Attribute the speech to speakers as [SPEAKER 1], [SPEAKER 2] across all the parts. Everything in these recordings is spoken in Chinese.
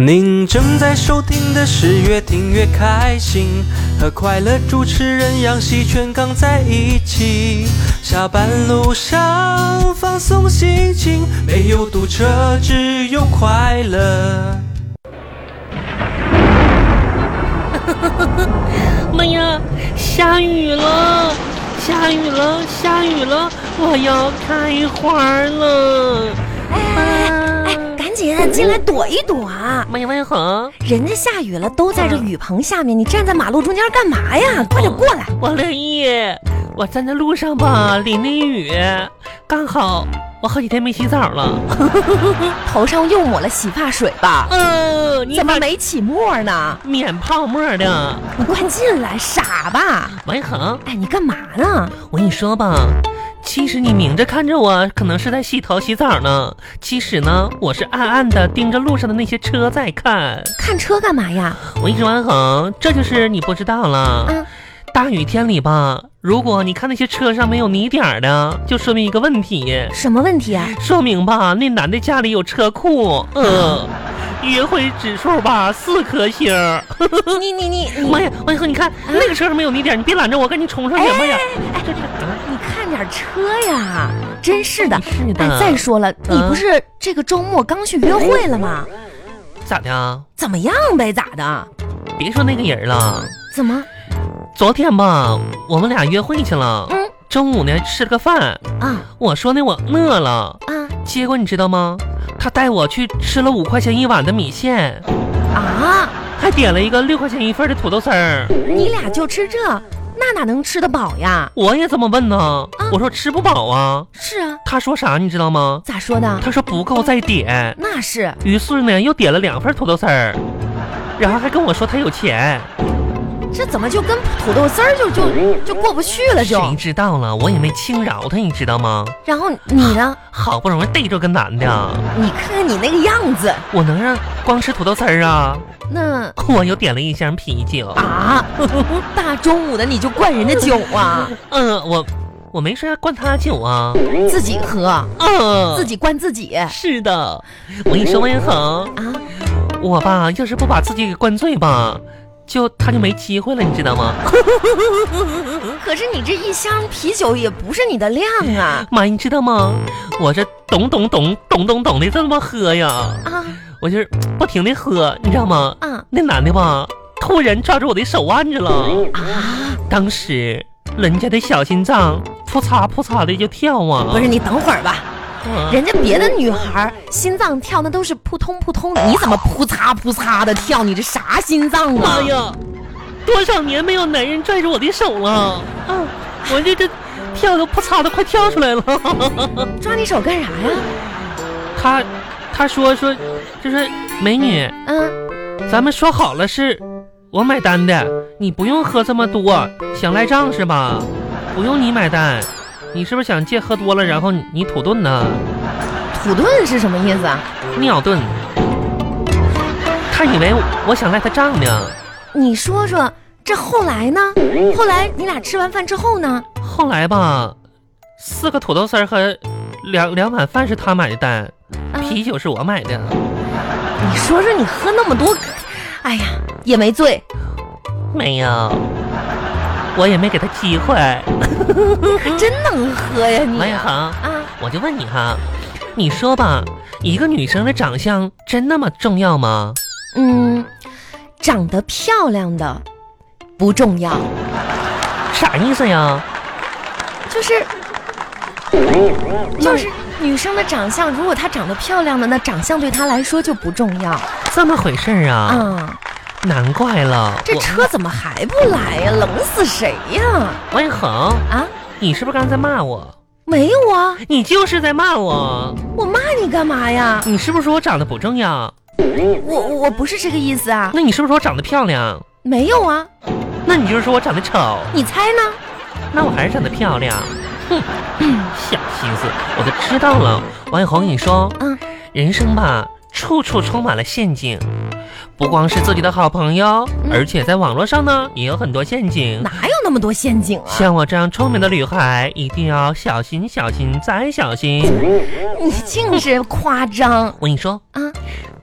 [SPEAKER 1] 您正在收听的是越听越开心，和快乐主持人杨喜全刚在一起。下班路上放松心情，没有堵车，只有快乐。
[SPEAKER 2] 妈呀，下雨了，下雨了，下雨了，我要开花了！
[SPEAKER 3] 哎哎，赶紧进来躲一躲啊！
[SPEAKER 2] 没问好，
[SPEAKER 3] 人家下雨了，都在这雨棚下面，你站在马路中间干嘛呀？快点过来！
[SPEAKER 2] 我乐意。我站在路上吧，淋淋雨，刚好我好几天没洗澡了。
[SPEAKER 3] 头上又抹了洗发水吧？
[SPEAKER 2] 嗯、你
[SPEAKER 3] 怎么没起沫呢？
[SPEAKER 2] 免泡沫的？
[SPEAKER 3] 你快进来，傻吧？
[SPEAKER 2] 没好，
[SPEAKER 3] 哎，你干嘛呢？
[SPEAKER 2] 我跟你说吧，其实你明着看着我，可能是在洗头洗澡呢。其实呢，我是暗暗的盯着路上的那些车在看。
[SPEAKER 3] 看车干嘛呀？
[SPEAKER 2] 我跟你说，安恒，这就是你不知道了。
[SPEAKER 3] 啊，
[SPEAKER 2] 大雨天里吧，如果你看那些车上没有泥点儿的，就说明一个问题，
[SPEAKER 3] 什么问题啊？
[SPEAKER 2] 说明吧，那男的家里有车库。 呃，约会指数吧，四颗星儿。
[SPEAKER 3] 你你你 你，
[SPEAKER 2] 妈呀，王一恒，你看那个车上没有泥点儿，你别拦着我，赶紧冲上去！妈
[SPEAKER 3] 哎
[SPEAKER 2] 呀，这这啊
[SPEAKER 3] 你看点车呀！真是的。嗯
[SPEAKER 2] 是
[SPEAKER 3] 哎，
[SPEAKER 2] 的，
[SPEAKER 3] 再说了，你
[SPEAKER 2] 啊
[SPEAKER 3] 不是这个周末刚去约会了吗？
[SPEAKER 2] 咋的啊？
[SPEAKER 3] 怎么样呗？咋的？
[SPEAKER 2] 别说那个人了，
[SPEAKER 3] 怎么？
[SPEAKER 2] 昨天吧，我们俩约会去了，
[SPEAKER 3] 嗯
[SPEAKER 2] 中午呢吃了个饭，
[SPEAKER 3] 啊
[SPEAKER 2] 我说呢我饿了，
[SPEAKER 3] 啊
[SPEAKER 2] 结果你知道吗？他带我去吃了五块钱一碗的米线，
[SPEAKER 3] 啊！
[SPEAKER 2] 还点了一个六块钱一份的土豆丝儿。
[SPEAKER 3] 你俩就吃这，那哪能吃得饱呀？
[SPEAKER 2] 我也这么问呢，我说吃不饱啊。
[SPEAKER 3] 是啊，
[SPEAKER 2] 他说啥你知道吗？
[SPEAKER 3] 咋说的？
[SPEAKER 2] 嗯他说不够再点，
[SPEAKER 3] 那是
[SPEAKER 2] 于是呢又点了两份土豆丝儿，然后还跟我说他有钱。
[SPEAKER 3] 这怎么就跟土豆丝儿就就就过不去了就？
[SPEAKER 2] 谁知道了，我也没轻饶他，你知道吗？
[SPEAKER 3] 然后你呢？
[SPEAKER 2] 好不容易逮着个男的，
[SPEAKER 3] 你看看你那个样子，
[SPEAKER 2] 我能让光吃土豆丝儿啊？
[SPEAKER 3] 那
[SPEAKER 2] 我又点了一箱啤酒。
[SPEAKER 3] 啊， 大中午的你就灌人家酒啊，
[SPEAKER 2] 嗯、我我没说要灌他酒啊。
[SPEAKER 3] 自己喝，
[SPEAKER 2] 嗯、
[SPEAKER 3] 自己灌自己啊。
[SPEAKER 2] 是的，我跟你说，王彦恒，我吧，要是不把自己给灌醉吧，就他就没机会了，你知道吗？
[SPEAKER 3] 可是你这一箱啤酒也不是你的量啊
[SPEAKER 2] 妈，你知道吗？我这咚咚咚咚咚咚的这么喝呀，
[SPEAKER 3] 啊
[SPEAKER 2] 我就是不停的喝，你知道吗？
[SPEAKER 3] 啊
[SPEAKER 2] 那男的吧，突然抓住我的手腕子了，
[SPEAKER 3] 啊！
[SPEAKER 2] 当时人家的小心脏扑嚓扑嚓的就跳啊，
[SPEAKER 3] 不是你等会儿吧，
[SPEAKER 2] 啊
[SPEAKER 3] 人家别的女孩儿心脏跳那都是扑通扑通的，你怎么扑嚓扑嚓的跳？你这啥心脏啊
[SPEAKER 2] 妈？哎呀，多少年没有男人拽住我的手了
[SPEAKER 3] 哦
[SPEAKER 2] 啊！我这这跳都啪嚓的快跳出来了。
[SPEAKER 3] 抓你手干啥呀？
[SPEAKER 2] 他他说说，就说美女，
[SPEAKER 3] 嗯，
[SPEAKER 2] 咱们说好了是我买单的，你不用喝这么多，想赖账是吧？不用你买单，你是不是想借喝多了，然后你你土遁呢？
[SPEAKER 3] 土遁是什么意思啊？
[SPEAKER 2] 尿遁？他以为我想赖他账呢。
[SPEAKER 3] 你说说，这后来呢？后来你俩吃完饭之后呢？
[SPEAKER 2] 后来吧，四个土豆丝儿和两两碗饭是他买的单，
[SPEAKER 3] 啊，
[SPEAKER 2] 啤酒是我买的。
[SPEAKER 3] 你说说你喝那么多，哎呀，也没醉，
[SPEAKER 2] 没有，我也没给他机会。
[SPEAKER 3] 还真能喝呀你
[SPEAKER 2] 王一
[SPEAKER 3] 啊！
[SPEAKER 2] 恒，我就问你哈，你说吧，一个女生的长相真那么重要吗？
[SPEAKER 3] 嗯，长得漂亮的不重要，
[SPEAKER 2] 啥意思呀？
[SPEAKER 3] 就是就是女生的长相，如果她长得漂亮的，那长相对她来说就不重要
[SPEAKER 2] 这么回事儿啊？
[SPEAKER 3] 啊。
[SPEAKER 2] 难怪了。
[SPEAKER 3] 这
[SPEAKER 2] 我
[SPEAKER 3] 车怎么还不来呀？冷死谁呀？
[SPEAKER 2] 王一恒，
[SPEAKER 3] 啊，
[SPEAKER 2] 你是不是刚才在骂我？
[SPEAKER 3] 没有啊，
[SPEAKER 2] 你就是在骂我。
[SPEAKER 3] 我骂你干嘛呀？
[SPEAKER 2] 你是不是说我长得不重要？
[SPEAKER 3] 我我不是这个意思啊，
[SPEAKER 2] 那你是不是说我长得漂亮？
[SPEAKER 3] 没有啊，
[SPEAKER 2] 那你就是说我长得丑？
[SPEAKER 3] 你猜呢？
[SPEAKER 2] 那我还是长得漂亮。哼，小心思，我都知道了。王一红，你说，
[SPEAKER 3] 嗯，
[SPEAKER 2] 人生吧，处处充满了陷阱，不光是自己的好朋友，
[SPEAKER 3] 嗯
[SPEAKER 2] 而且在网络上呢，也有很多陷阱。
[SPEAKER 3] 哪有那么多陷阱啊？
[SPEAKER 2] 像我这样聪明的女孩，一定要小心、小心再小心。
[SPEAKER 3] 你净是夸张
[SPEAKER 2] 我跟你说，
[SPEAKER 3] 啊！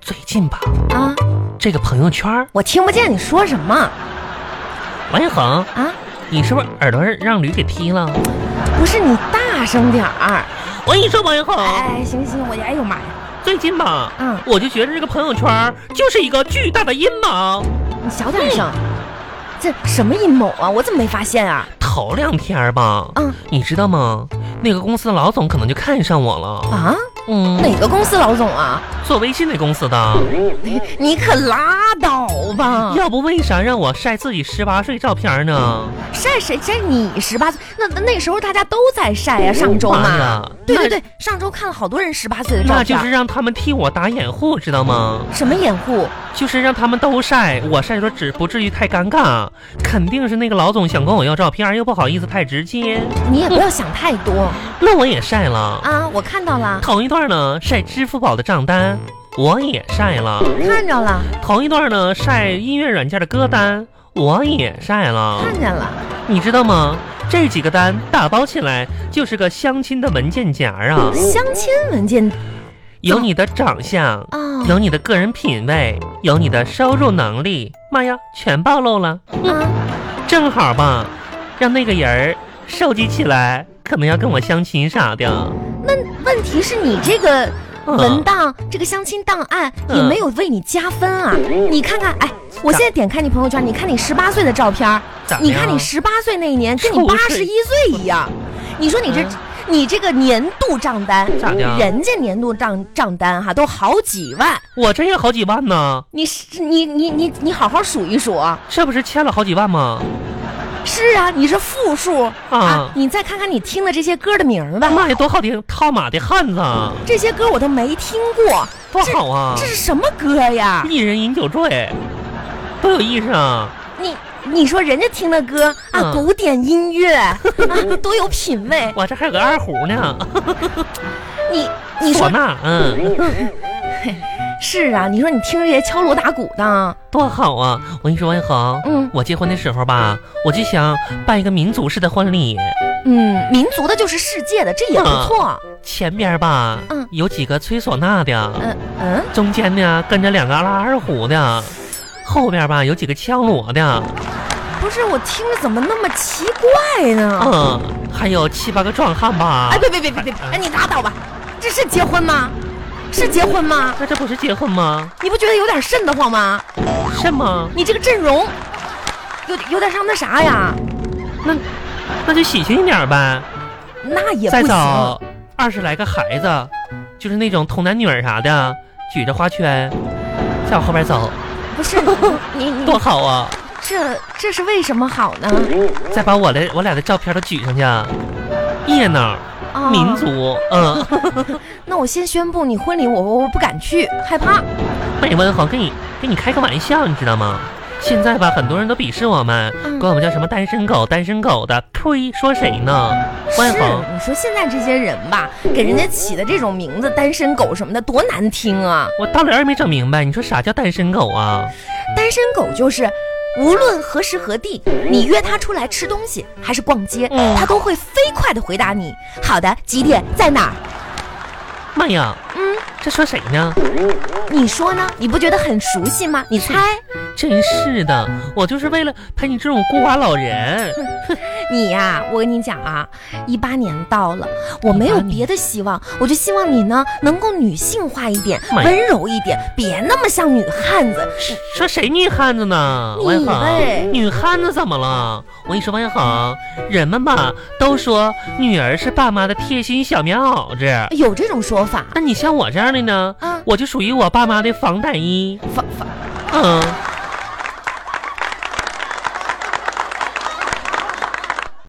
[SPEAKER 2] 最近吧，
[SPEAKER 3] 啊！
[SPEAKER 2] 这个朋友圈儿，
[SPEAKER 3] 我听不见你说什么
[SPEAKER 2] 王一恒，
[SPEAKER 3] 啊！
[SPEAKER 2] 你是不是耳朵让驴给踢了？
[SPEAKER 3] 不是你大声点儿！
[SPEAKER 2] 我跟你说，王一恒，
[SPEAKER 3] 哎，行行，我哎呦妈呀！
[SPEAKER 2] 最近吧，
[SPEAKER 3] 嗯
[SPEAKER 2] 我就觉得这个朋友圈儿就是一个巨大的阴谋。
[SPEAKER 3] 你小点声！这什么阴谋啊？我怎么没发现啊？
[SPEAKER 2] 头两天儿吧，
[SPEAKER 3] 嗯
[SPEAKER 2] 你知道吗？那个公司的老总可能就看上我了。
[SPEAKER 3] 啊！
[SPEAKER 2] 嗯，
[SPEAKER 3] 哪个公司老总啊？
[SPEAKER 2] 做微信那公司的，
[SPEAKER 3] 你可拉倒吧！
[SPEAKER 2] 要不为啥让我晒自己十八岁照片呢？
[SPEAKER 3] 晒谁晒你十八岁？那那那时候大家都在晒哦呀、上周
[SPEAKER 2] 妈
[SPEAKER 3] 嘛
[SPEAKER 2] 呀。
[SPEAKER 3] 对对
[SPEAKER 2] 那
[SPEAKER 3] 对，上周看了好多人十八岁的照
[SPEAKER 2] 那
[SPEAKER 3] 片。
[SPEAKER 2] 就是让他们替我打掩护，知道吗？
[SPEAKER 3] 什么掩护？
[SPEAKER 2] 就是让他们都晒，我晒说只不至于太尴尬。肯定是那个老总想跟我要照片，又不好意思太直接，
[SPEAKER 3] 你也不要想太多
[SPEAKER 2] 那我也晒了。
[SPEAKER 3] 啊！我看到了，
[SPEAKER 2] 头一段呢晒支付宝的账单，我也晒了。
[SPEAKER 3] 看着了，
[SPEAKER 2] 头一段呢晒音乐软件的歌单，我也晒了。
[SPEAKER 3] 看见了，
[SPEAKER 2] 你知道吗？这几个单打包起来就是个相亲的文件夹啊，
[SPEAKER 3] 相亲文件
[SPEAKER 2] 有你的长相，
[SPEAKER 3] 啊
[SPEAKER 2] 有你的个人品味，有你的收入能力，妈呀，全暴露了。
[SPEAKER 3] 啊！
[SPEAKER 2] 正好吧，让那个人儿收集起来，可能要跟我相亲啥的。
[SPEAKER 3] 那问题是你这个
[SPEAKER 2] 嗯
[SPEAKER 3] 文档，这个相亲档案也
[SPEAKER 2] 嗯
[SPEAKER 3] 没有为你加分啊！你看看，哎，我现在点开你朋友圈，你看你十八岁的照片儿，
[SPEAKER 2] 咋的啊
[SPEAKER 3] 你
[SPEAKER 2] 呀
[SPEAKER 3] 看你十八岁那一年跟你
[SPEAKER 2] 臭
[SPEAKER 3] 八
[SPEAKER 2] 事
[SPEAKER 3] 十一岁一样，你说你这。你这个年度账单
[SPEAKER 2] 嗯咋啊的呀，
[SPEAKER 3] 人家年度账账单哈、都好几万，
[SPEAKER 2] 我这也好几万呢，
[SPEAKER 3] 你是你你你你好好数一数，啊
[SPEAKER 2] 这不是欠了好几万吗？
[SPEAKER 3] 是啊，你是负数啊
[SPEAKER 2] 啊嗯
[SPEAKER 3] 你再看看你听的这些歌的名儿吧，
[SPEAKER 2] 妈呀，多好听！套马的汉子，
[SPEAKER 3] 这些歌我都没听过，
[SPEAKER 2] 多好啊
[SPEAKER 3] 这！是什么歌呀？
[SPEAKER 2] 一人饮酒醉，多有意思啊！
[SPEAKER 3] 你你说人家听的歌啊，
[SPEAKER 2] 嗯
[SPEAKER 3] 古典 音乐啊，多有品味。
[SPEAKER 2] 我这还有个二胡呢，
[SPEAKER 3] 你你
[SPEAKER 2] 唢
[SPEAKER 3] 说
[SPEAKER 2] 呐，嗯，
[SPEAKER 3] 是啊？你说你听着这些敲锣打鼓的，
[SPEAKER 2] 多好啊！我跟你说，王一恒，
[SPEAKER 3] 嗯
[SPEAKER 2] 我结婚的时候吧，我就想办一个民族式的婚礼。
[SPEAKER 3] 嗯，民族的就是世界的，这也不
[SPEAKER 2] 嗯
[SPEAKER 3] 错。
[SPEAKER 2] 前边吧，
[SPEAKER 3] 嗯
[SPEAKER 2] 有几个吹唢呐的，
[SPEAKER 3] 嗯嗯，
[SPEAKER 2] 中间呢跟着两个拉二胡的，后边吧有几个敲锣
[SPEAKER 3] 啊
[SPEAKER 2] 的，
[SPEAKER 3] 不是，我听着怎么那么奇怪呢？
[SPEAKER 2] 嗯，还有七八个壮汉吧
[SPEAKER 3] 哎，。别别别别别，哎，你拉倒吧，这是结婚吗？是结婚吗？
[SPEAKER 2] 那这不是结婚吗？
[SPEAKER 3] 你不觉得有点瘆得慌吗？
[SPEAKER 2] 什么？
[SPEAKER 3] 你这个阵容有有点像那啥呀？
[SPEAKER 2] 那那就喜庆一点呗，
[SPEAKER 3] 那也
[SPEAKER 2] 再
[SPEAKER 3] 不
[SPEAKER 2] 找
[SPEAKER 3] 行，
[SPEAKER 2] 二十来个孩子，就是那种童男女儿啥的，举着花圈，在我后边走，
[SPEAKER 3] 不是你 你
[SPEAKER 2] 多好啊！
[SPEAKER 3] 这这是为什么好呢？
[SPEAKER 2] 再把我的我俩的照片都举上去，啊热闹，
[SPEAKER 3] 啊
[SPEAKER 2] 民族，嗯。
[SPEAKER 3] 那我先宣布，你婚礼我我我不敢去，害怕。
[SPEAKER 2] 美文哎好跟你跟你开个玩笑，你知道吗？现在吧，很多人都鄙视我们，
[SPEAKER 3] 嗯
[SPEAKER 2] 管我们叫什么单身狗、单身狗的，呸，说谁呢？万
[SPEAKER 3] 是
[SPEAKER 2] 恒，，
[SPEAKER 3] 你说现在这些人吧，给人家起的这种名字，单身狗什么的，多难听啊！
[SPEAKER 2] 我到了也没整明白，你说啥叫单身狗啊？
[SPEAKER 3] 单身狗就是。无论何时何地，你约他出来吃东西还是逛街，
[SPEAKER 2] 嗯
[SPEAKER 3] 他都会飞快的回答你：“好的，几点，在哪儿
[SPEAKER 2] 妈呀，
[SPEAKER 3] 嗯，
[SPEAKER 2] 这说谁呢？？”
[SPEAKER 3] 你说呢？你不觉得很熟悉吗？你猜，
[SPEAKER 2] 真是的，我就是为了陪你这种孤寡老人。
[SPEAKER 3] 你呀、我跟你讲啊，一八年到了，我没有
[SPEAKER 2] 18年
[SPEAKER 3] 别的希望，我就希望你呢能够女性化一点，
[SPEAKER 2] 妈呀
[SPEAKER 3] 温柔一点，别那么像女汉子。
[SPEAKER 2] 说谁女汉子呢？
[SPEAKER 3] 你
[SPEAKER 2] 王一
[SPEAKER 3] 呗
[SPEAKER 2] 恒，女汉子怎么了？我跟你说，王一恒，人们吧都说女儿是爸妈的贴心小棉袄子，
[SPEAKER 3] 有这种说法
[SPEAKER 2] 那你像我这样的呢？
[SPEAKER 3] 啊？
[SPEAKER 2] 我就属于我爸妈的防弹衣。
[SPEAKER 3] 防防
[SPEAKER 2] 嗯，